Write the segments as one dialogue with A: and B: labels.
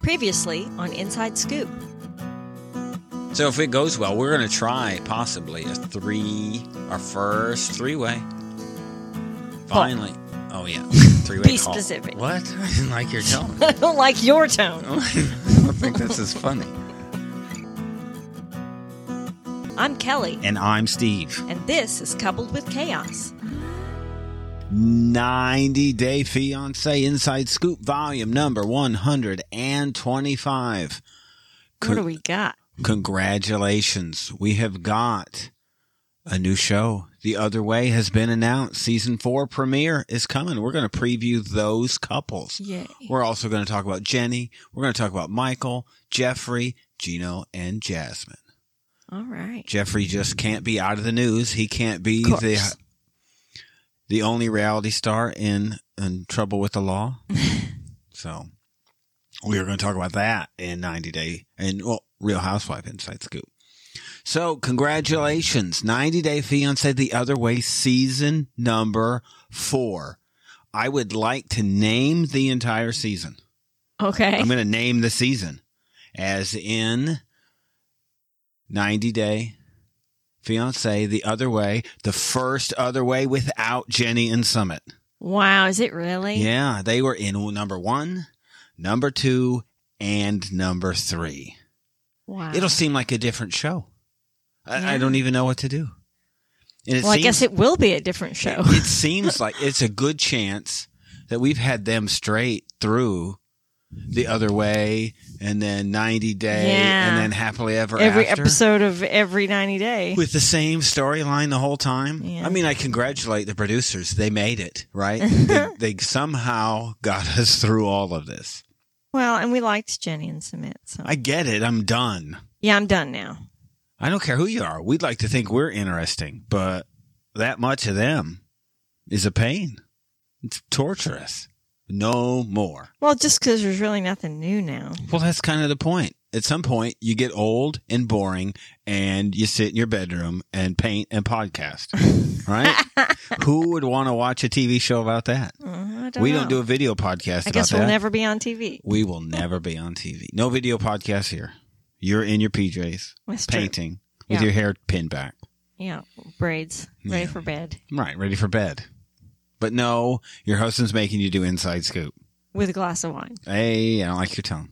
A: Previously on Inside Scoop.
B: So if it goes well, we're going to try possibly a three, our first three way. Finally. Oh, yeah. Three way
A: Be
B: call.
A: specific.
B: What? I didn't like your tone.
A: I don't like your tone.
B: I don't think this is funny.
A: I'm Kelly,
B: And I'm Steve.
A: and this is Coupled with Chaos.
B: 90 Day Fiance Inside Scoop Volume number 125.
A: What do we got?
B: Congratulations. We have got a new show. The Other Way has been announced. Season four premiere is coming. We're going to preview those couples.
A: Yay.
B: We're also going to talk about Jenny. We're going to talk about Michael, Jeffrey, Gino, and Jasmine.
A: All right.
B: Jeffrey just can't be out of the news. He can't be
A: Of
B: the
A: course.
B: the only reality star in in trouble with the law. so we are going to talk about that in 90 day and well, Real Housewife Inside Scoop. So congratulations, 90 Day Fiance the other way season number 4. I would like to name the entire season.
A: Okay.
B: I'm going to name the season as in 90 Day Fiance, The Other Way, the first Other Way without Jenny and Summit.
A: Wow, is it really?
B: Yeah, they were in number one, number two, and number three.
A: Wow.
B: It'll seem like a different show. I, I
A: Yeah.
B: don't even know what to do. And it
A: well, I
B: seems-
A: guess it will be a different show.
B: it seems like it's a good chance that we've had them straight through the other way and then 90 day
A: Yeah.
B: and then happily ever
A: Every
B: after
A: episode of every 90 day.
B: with the same storyline the whole time.
A: Yeah.
B: I mean, I congratulate the producers. They made it, right? they, they somehow got us through all of this.
A: Well, and we liked Jenny and Submit. So
B: I get it. I'm done.
A: yeah, I'm done now.
B: I don't care who you are. We'd like to think we're interesting, but that much of them is a pain. It's torturous. No more.
A: Well, just because there's really nothing new now.
B: Well, that's kind of the point. At some point, you get old and boring, and you sit in your bedroom and paint and podcast. Right? Who would want to watch a TV show about that?
A: Uh, I don't
B: we
A: know.
B: don't do a video podcast
A: I
B: about
A: guess
B: that.
A: we'll never be on TV.
B: we will never be on TV. No video podcast here. You're in your PJs,
A: That's true.
B: painting with
A: Yeah.
B: your hair pinned back.
A: Yeah, braids. Ready
B: Yeah.
A: for bed.
B: Right, ready for bed. But no, your husband's making you do inside scoop.
A: With a glass of wine.
B: Hey, I don't like your tongue.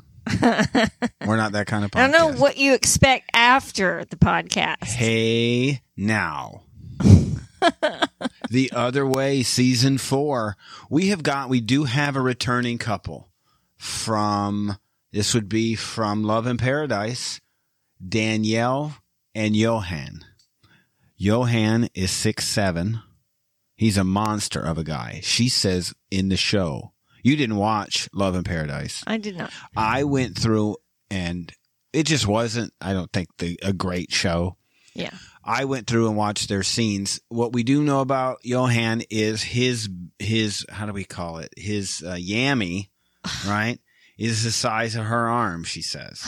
B: We're not that kind of podcast.
A: I don't know what you expect after the podcast.
B: Hey now. the other way, season four. We have got we do have a returning couple from this would be from Love in Paradise, Danielle and Johan. Johan is six seven. He's a monster of a guy. She says in the show. You didn't watch Love in Paradise.
A: I did not.
B: I went through and it just wasn't I don't think the a great show.
A: Yeah.
B: I went through and watched their scenes. What we do know about Johan is his his how do we call it? His uh, yammy, right? Is the size of her arm, she says.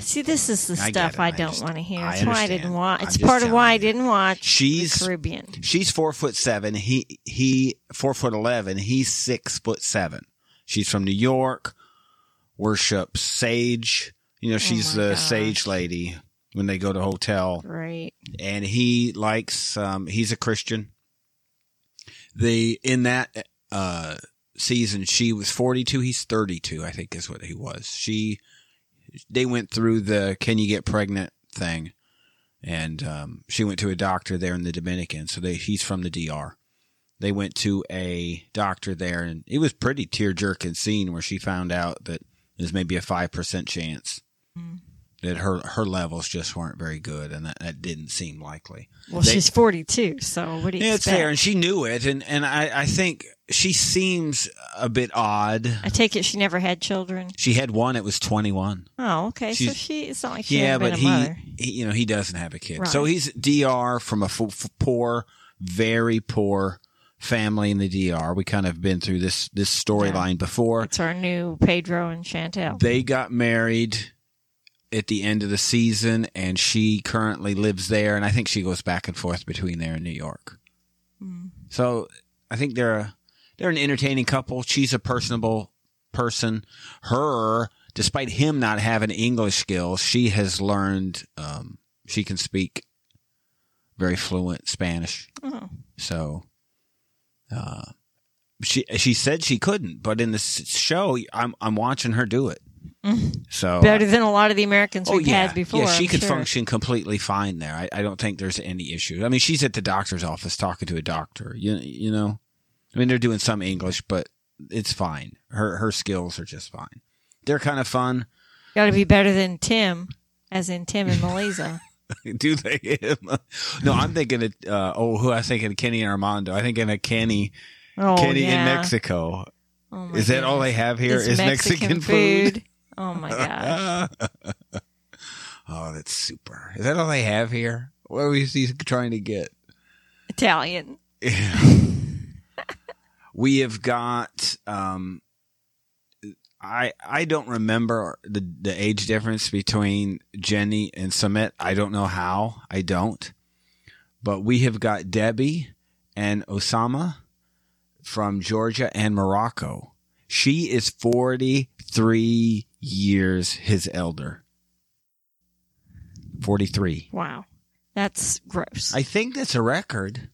A: See, this is the
B: I get
A: stuff
B: it.
A: I
B: I
A: don't
B: understand.
A: want to hear.
B: I
A: That's why I
B: understand.
A: didn't watch.
B: I'm
A: It's
B: just
A: part of
B: telling
A: why I
B: you.
A: didn't watch
B: She's-
A: the Caribbean.
B: She's four foot seven. He he four foot eleven. He's six foot seven. She's from New York. Worships sage. You know, she's
A: Oh my
B: the
A: gosh.
B: sage lady when they go to hotel.
A: Right.
B: and he likes um he's a christian the in that uh season she was 42 he's 32 i think is what he was she they went through the can you get pregnant thing and um she went to a doctor there in the dominican so they he's from the dr they went to a doctor there and it was pretty tear jerking scene where she found out that there's maybe a 5% chance
A: Mm.
B: that her her levels just weren't very good and that, that didn't seem likely
A: Well,
B: They-
A: she's 42, so what do you
B: yeah, it's
A: expect?
B: fair, and she knew it, and and I I think she seems a bit odd.
A: I take it she never had children.
B: She had one; it was twenty one.
A: Oh, okay. so
B: She's-
A: she, it's not like she
B: Yeah,
A: had been
B: but
A: a
B: he,
A: mother.
B: he, you know, he doesn't have a kid, so
A: Right.
B: he's dr from a f- f- poor, very poor family in the dr. We kind of been through this this storyline before.
A: It's our new Pedro and Chantel.
B: They got married at the end of the season, and she currently lives there, and I think she goes back and forth between there and New York.
A: Mm.
B: So I think they're a, they're an entertaining couple. She's a personable person. Her despite him not having English skills, she has learned. Um, she can speak very fluent Spanish.
A: Oh.
B: So, uh, she she said she couldn't, but in the show, I'm I'm watching her do it. So
A: Better than a lot of the Americans we've had before.
B: Oh, yeah, she
A: I'm
B: could
A: sure.
B: function completely fine there. I, I don't think there's any issue. I mean, she's at the doctor's office talking to a doctor. You you know, I mean, they're doing some English, but it's fine. Her her skills are just fine. They're kind of fun.
A: Got to be better than Tim, as in Tim and Melisa.
B: Do they? no, I'm thinking of uh, oh, who I thinking of Kenny and Armando. I thinking of Kenny,
A: Oh,
B: Kenny
A: yeah.
B: in Mexico.
A: Oh, my
B: Is that all
A: goodness.
B: they have here?
A: It's
B: Is Mexican, food?
A: Oh my gosh.
B: oh, that's super. Is that all they have here? What are we trying to get?
A: Italian.
B: we have got um I I don't remember the the age difference between Jenny and Summit. I don't know how. I don't. But we have got Debbie and Osama from Georgia and Morocco. She is 43 years his elder. 43.
A: Wow. That's gross. I,
B: I think that's a record.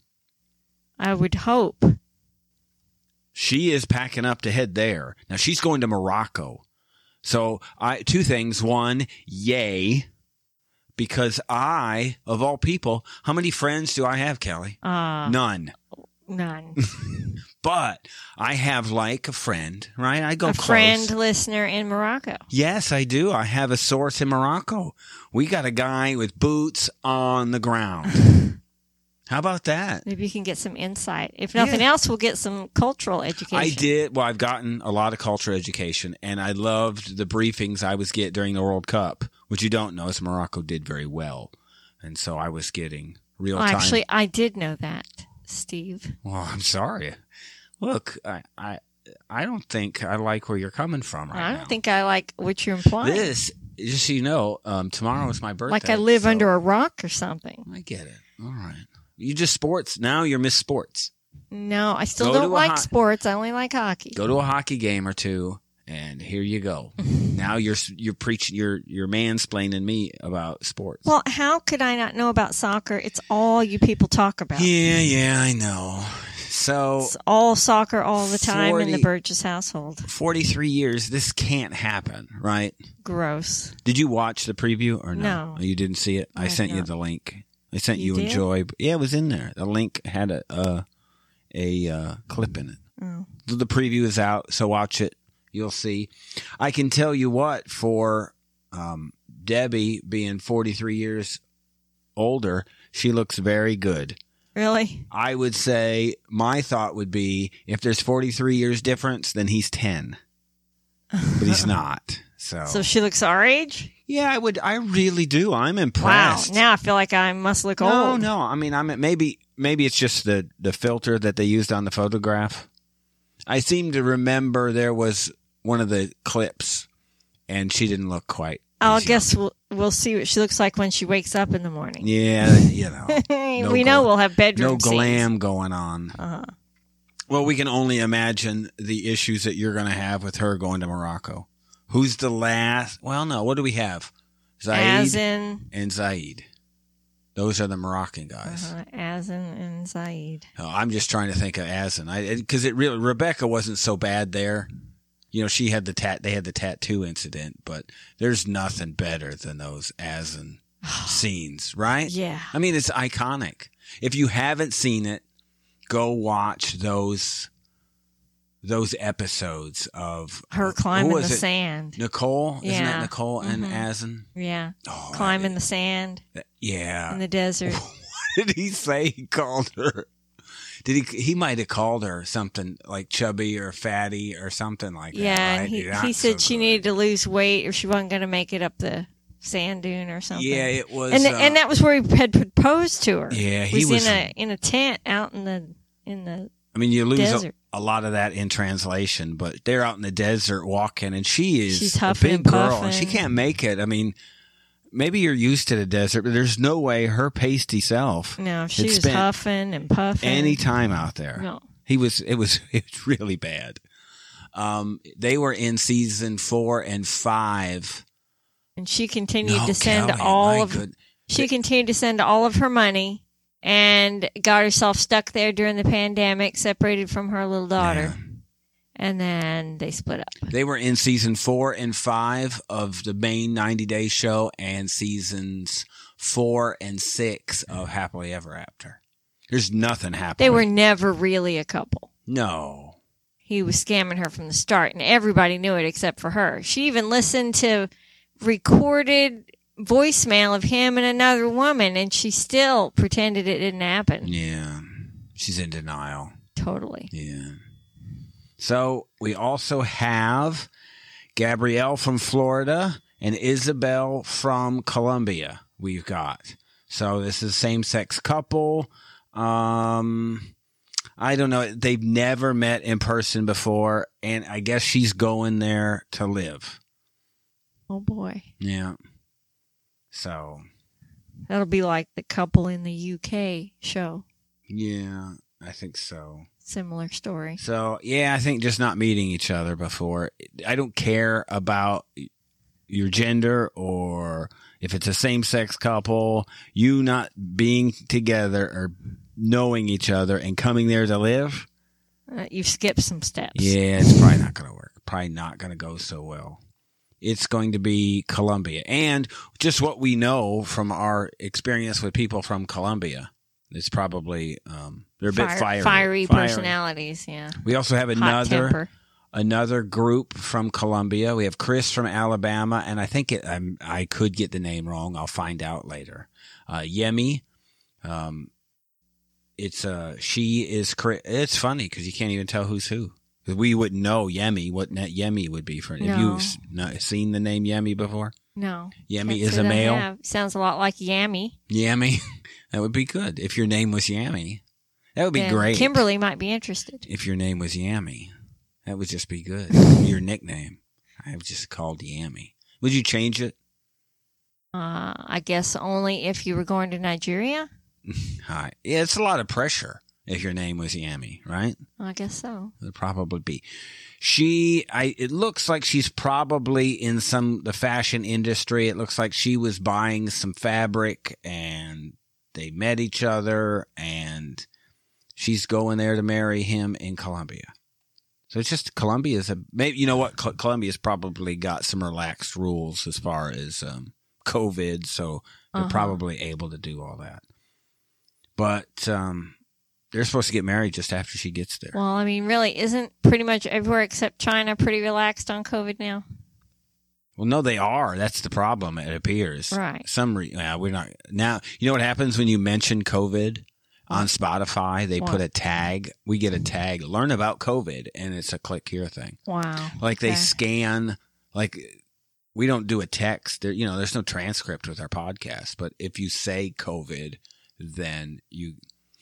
A: would hope.
B: she is packing up to head there. Now she's going to Morocco. So I two things. One, yay. Because I, of all people, how many friends do I have, Kelly?
A: Uh,
B: None.
A: None.
B: But I have like a friend, right? I go
A: a
B: close.
A: friend listener in Morocco.
B: Yes, I do. I have a source in Morocco. We got a guy with boots on the ground. how about that?
A: Maybe you can get some insight. If
B: Yeah.
A: nothing else, we'll get some cultural education.
B: I did. Well, I've gotten a lot of cultural education, and I loved the briefings I was get during the World Cup. Which you don't know is Morocco did very well, and so I was getting real
A: Oh,
B: time.
A: actually, I did know that, Steve.
B: well, I'm sorry. Look, I, I, I don't think I like where you're coming from right
A: I
B: now.
A: don't think I like what you're implying.
B: this. Just so you know, um, tomorrow is my birthday.
A: like I live
B: so-
A: under a rock or something.
B: I get it. All right. You just sports now. You're Miss Sports.
A: No, I still
B: Go to
A: don't
B: a
A: like
B: hot-
A: sports. I only like hockey.
B: go to a hockey game or two and here you go now you're you're preaching you're you're mansplaining me about sports
A: Well, how could I not know about soccer? It's all you people talk about.
B: yeah yeah i know so
A: It's all soccer all the time in the
B: 40
A: Burgess household.
B: 43 years this can't happen right
A: Gross.
B: did you watch the preview or no, Oh,
A: No.
B: you didn't see it i,
A: I
B: sent
A: did
B: you
A: not.
B: the link i sent
A: You
B: you,
A: did?
B: enjoy yeah it was in there the link had a uh, a uh, clip in it
A: Oh.
B: the preview is out, so watch it. You'll see. I can tell you what for um, Debbie being 43 years older, she looks very good.
A: Really?
B: I would say my thought would be if there's 43 years difference, then he's 10, but he's not. So,
A: So she looks our age?
B: yeah, I would. I really do. I'm impressed.
A: Wow. Now I feel like I must look
B: no,
A: old.
B: no. I mean, I'm maybe maybe it's just the the filter that they used on the photograph. I seem to remember there was one of the clips, and she didn't look quite.
A: I'll
B: as
A: Oh, guess we'll, we'll see what she looks like when she wakes up in the morning.
B: young. Yeah, you know, No
A: we know
B: glam.
A: we'll have bedroom
B: no
A: scenes.
B: glam going on.
A: Uh-huh.
B: Well, we can only imagine the issues that you're going to have with her going to Morocco. Who's the last? Well, no. What do we have? Zaid
A: As in,
B: and Zaid. Those are the Moroccan guys.
A: uh, as in, and Zaid.
B: Oh, I'm just trying to think of Asin. I because it really Rebecca wasn't so bad there. You know, she had the tat. They had the tattoo incident, but there's nothing better than those Asin scenes, right?
A: Yeah.
B: I mean, it's iconic. If you haven't seen it, go watch those those episodes of
A: Her
B: who
A: climbing the
B: was it?
A: sand.
B: Nicole, isn't
A: Yeah.
B: that Nicole and
A: Mhm.
B: Asin?
A: Yeah.
B: Oh,
A: Climbing the sand
B: yeah.
A: in the desert.
B: did he say he called her? Did he? He might have called her something like chubby or fatty or something like that.
A: Yeah,
B: right?
A: and he,
B: You're not
A: he said
B: so
A: she
B: good.
A: needed to lose weight or she wasn't going to make it up the sand dune or something.
B: Yeah, it was.
A: and
B: uh,
A: and that was where he had proposed to her.
B: yeah,
A: It
B: he was.
A: in a in a tent out in the in the
B: I mean, you lose a,
A: desert.
B: a lot of that in translation, but they're out in the desert walking, and she is
A: She's
B: a
A: huffing
B: big
A: and
B: girl, and she
A: puffing.
B: can't make it. I mean, maybe you're used to the desert, but there's no way her pasty self
A: no she
B: Had
A: was
B: spent
A: huffing and puffing.
B: any time out there.
A: no,
B: He was. It was. It was really bad. Um, they were in season four and five.
A: and she continued
B: No,
A: to send
B: Callahan,
A: all
B: my
A: of
B: good-
A: she continued to send all of her money and got herself stuck there during the pandemic, separated from her little daughter, and then they split up.
B: They were in season four and five of the main 90 Day Show and seasons four and six of Happily Ever After. There's nothing happening.
A: They were never really a couple.
B: No.
A: He was scamming her from the start, and everybody knew it except for her. She even listened to recorded voicemail of him and another woman, and she still pretended it didn't happen.
B: Yeah. She's in denial.
A: Totally.
B: Yeah. So we also have Gabrielle from Florida and Isabel from Colombia. We've got. So this is same sex couple. Um I don't know. They've never met in person before, and I guess she's going there to live.
A: Oh boy.
B: Yeah. So
A: That'll be like the couple in the UK show.
B: yeah, I think so.
A: Similar story.
B: So yeah, I think just not meeting each other before. I don't care about your gender or if it's a same-sex couple. You not being together or knowing each other and coming there to live.
A: Uh, you've skipped some steps.
B: Yeah, it's probably not going to work. Probably not going to go so well. It's going to be Colombia, and just what we know from our experience with people from Colombia, it's probably um, they're a bit
A: Fire-
B: fiery,
A: fiery,
B: Fiery.
A: personalities. Yeah,
B: We also have
A: hot
B: another
A: temper.
B: another group from Columbia. We have Chris from Alabama, and I think it, I'm, I could get the name wrong. I'll find out later. Uh, Yemi, um, it's uh, she is. Chri- It's funny because you can't even tell who's who. 'Cause We wouldn't know Yemi what net Yemi would be for. Have you
A: No.
B: s- not seen the name Yemi before?
A: No,
B: Yemi
A: that's
B: is
A: what I
B: a male.
A: have. Sounds a lot like Yammy.
B: Yemi, that would be good if your name was Yemi. That would be
A: Then
B: great.
A: Kimberly might be interested.
B: if your name was Yami. That would just be good. your nickname. I was just called Yami. Would you change it?
A: Uh, I guess only if you were going to Nigeria.
B: Hi. Yeah, it's a lot of pressure if your name was Yami, right?
A: I guess so.
B: It'd probably be. She I it looks like she's probably in some the fashion industry. It looks like she was buying some fabric and they met each other and she's going there to marry him in Colombia. So it's just Colombia's a maybe you know what Col- Colombia's probably got some relaxed rules as far as um, COVID, so they're
A: Uh-huh.
B: probably able to do all that. But um, they're supposed to get married just after she gets there.
A: Well, I mean, really, isn't pretty much everywhere except China pretty relaxed on COVID now?
B: Well, no, they are. That's the problem. It appears.
A: Right.
B: Some re- nah, we're not now. You know what happens when you mention COVID on Spotify? They
A: What?
B: put a tag. We get a tag. Learn about COVID, and it's a click here thing.
A: Wow.
B: Like they
A: Okay.
B: scan. Like we don't do a text. There, you know, there's no transcript with our podcast. But if you say COVID, then you.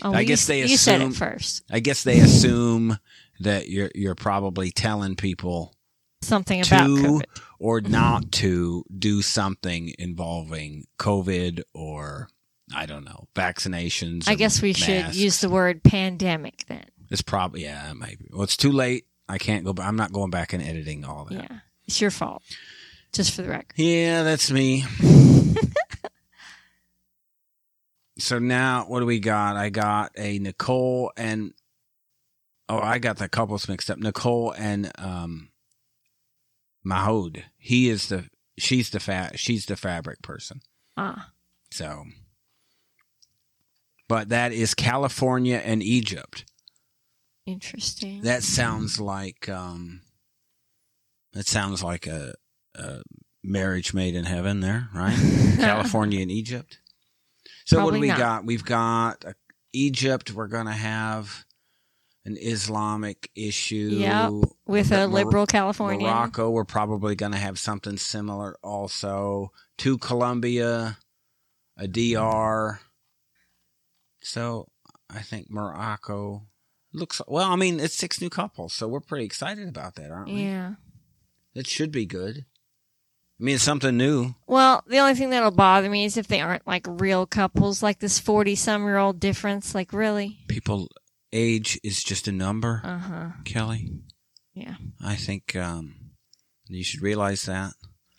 A: Oh,
B: I
A: well, you
B: guess
A: s-
B: they
A: you said
B: assume-
A: it first.
B: I guess they assume that you're you're probably telling people
A: Something about
B: to
A: COVID.
B: or not to do something involving COVID or I don't know vaccinations.
A: I
B: and
A: guess we should
B: masks.
A: use the word pandemic then.
B: It's probably yeah, it might be. Well, it's too late. I can't go. ba- I'm not going back and editing all that.
A: Yeah, it's your fault. Just for the record.
B: Yeah, that's me. so now what do we got? I got a Nicole and oh, I got the couples mixed up. Nicole and um Mahoud. He is the she's the fat she's the fabric person.
A: Ah,
B: So but that is California and Egypt.
A: interesting.
B: That sounds like um that sounds like a, a marriage made in heaven there, right? California and Egypt. So what do
A: Probably
B: we
A: not.
B: got? We've got uh, Egypt. We're going to have an Islamic issue.
A: Yep, with a
B: Mor-
A: liberal Californian.
B: Morocco, we're probably going to have something similar also. To Colombia, a DR. So I think Morocco looks well. I mean, it's six new couples, so we're pretty excited about that, aren't we?
A: Yeah.
B: It should be good. I mean, it's something new.
A: Well, the only thing that'll bother me is if they aren't like real couples, like this 40 some year old difference. Like, really?
B: People, age is just a number,
A: Uh huh.
B: Kelly.
A: Yeah.
B: I think um, you should realize that.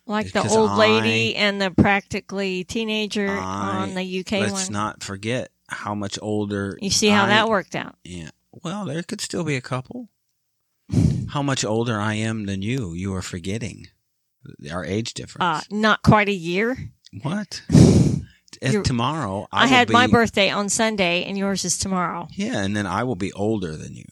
A: Like the
B: Because
A: old
B: I-
A: lady and the practically teenager
B: I-
A: on the UK
B: Let's
A: one.
B: not forget how much older.
A: you see how
B: I-
A: that worked out.
B: Yeah. Well, there could still be a couple. How much older I am than you? You are forgetting our age
A: Uh,
B: difference.
A: not quite a year.
B: what?
A: Uh, you're-
B: If tomorrow I,
A: I,
B: will
A: had my
B: be-
A: birthday on Sunday and yours is tomorrow.
B: Yeah, and then I will be older than you.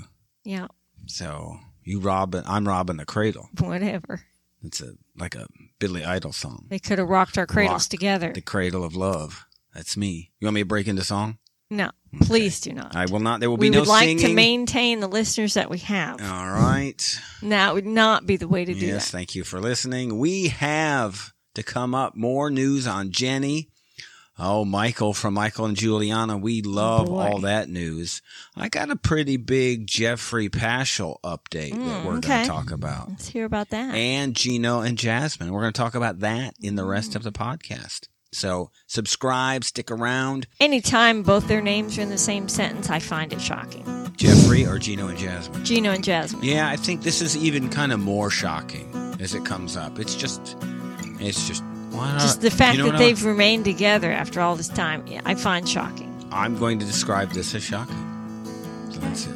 A: Yeah,
B: So you robbing, I'm robbing the cradle.
A: whatever.
B: It's a like a Billy Idol song.
A: They could have rocked our cradles
B: Rocked
A: together.
B: The cradle of love. That's me. You want me to break into song?
A: No,
B: Okay.
A: please do not.
B: I will not. There will
A: we
B: be no
A: would like
B: singing.
A: to maintain the listeners that we have.
B: All right.
A: That would not be the way to do
B: yes,
A: that.
B: thank you for listening. We have to come up more news on Jenny. Oh, Michael from Michael and Juliana. We love
A: Oh, boy.
B: all that news. I got a pretty big Jeffrey Paschal update that
A: Mm,
B: we're going
A: okay. Mm-hmm.
B: to talk about.
A: Let's hear about that.
B: and Gino and Jasmine. We're going to talk about that in the
A: Mm.
B: rest of the podcast. So subscribe, stick around.
A: Anytime both their names are in the same sentence, I find it shocking.
B: Jeffrey or Gino and Jasmine.
A: Gino and Jasmine.
B: Yeah, I think this is even kind of more shocking as it comes up. It's just, it's just. Why not?
A: Just the fact
B: Uh, You know
A: that
B: what
A: they've remained together after all this time, I find shocking.
B: I'm, I'm going to describe this as shocking. So that's it.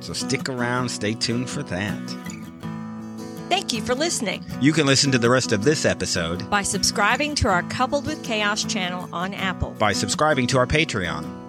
B: So stick around, stay tuned for that.
A: Thank you for listening.
B: You can listen to the rest of this episode
A: By subscribing to our Coupled with Chaos channel on Apple,
B: by subscribing to our Patreon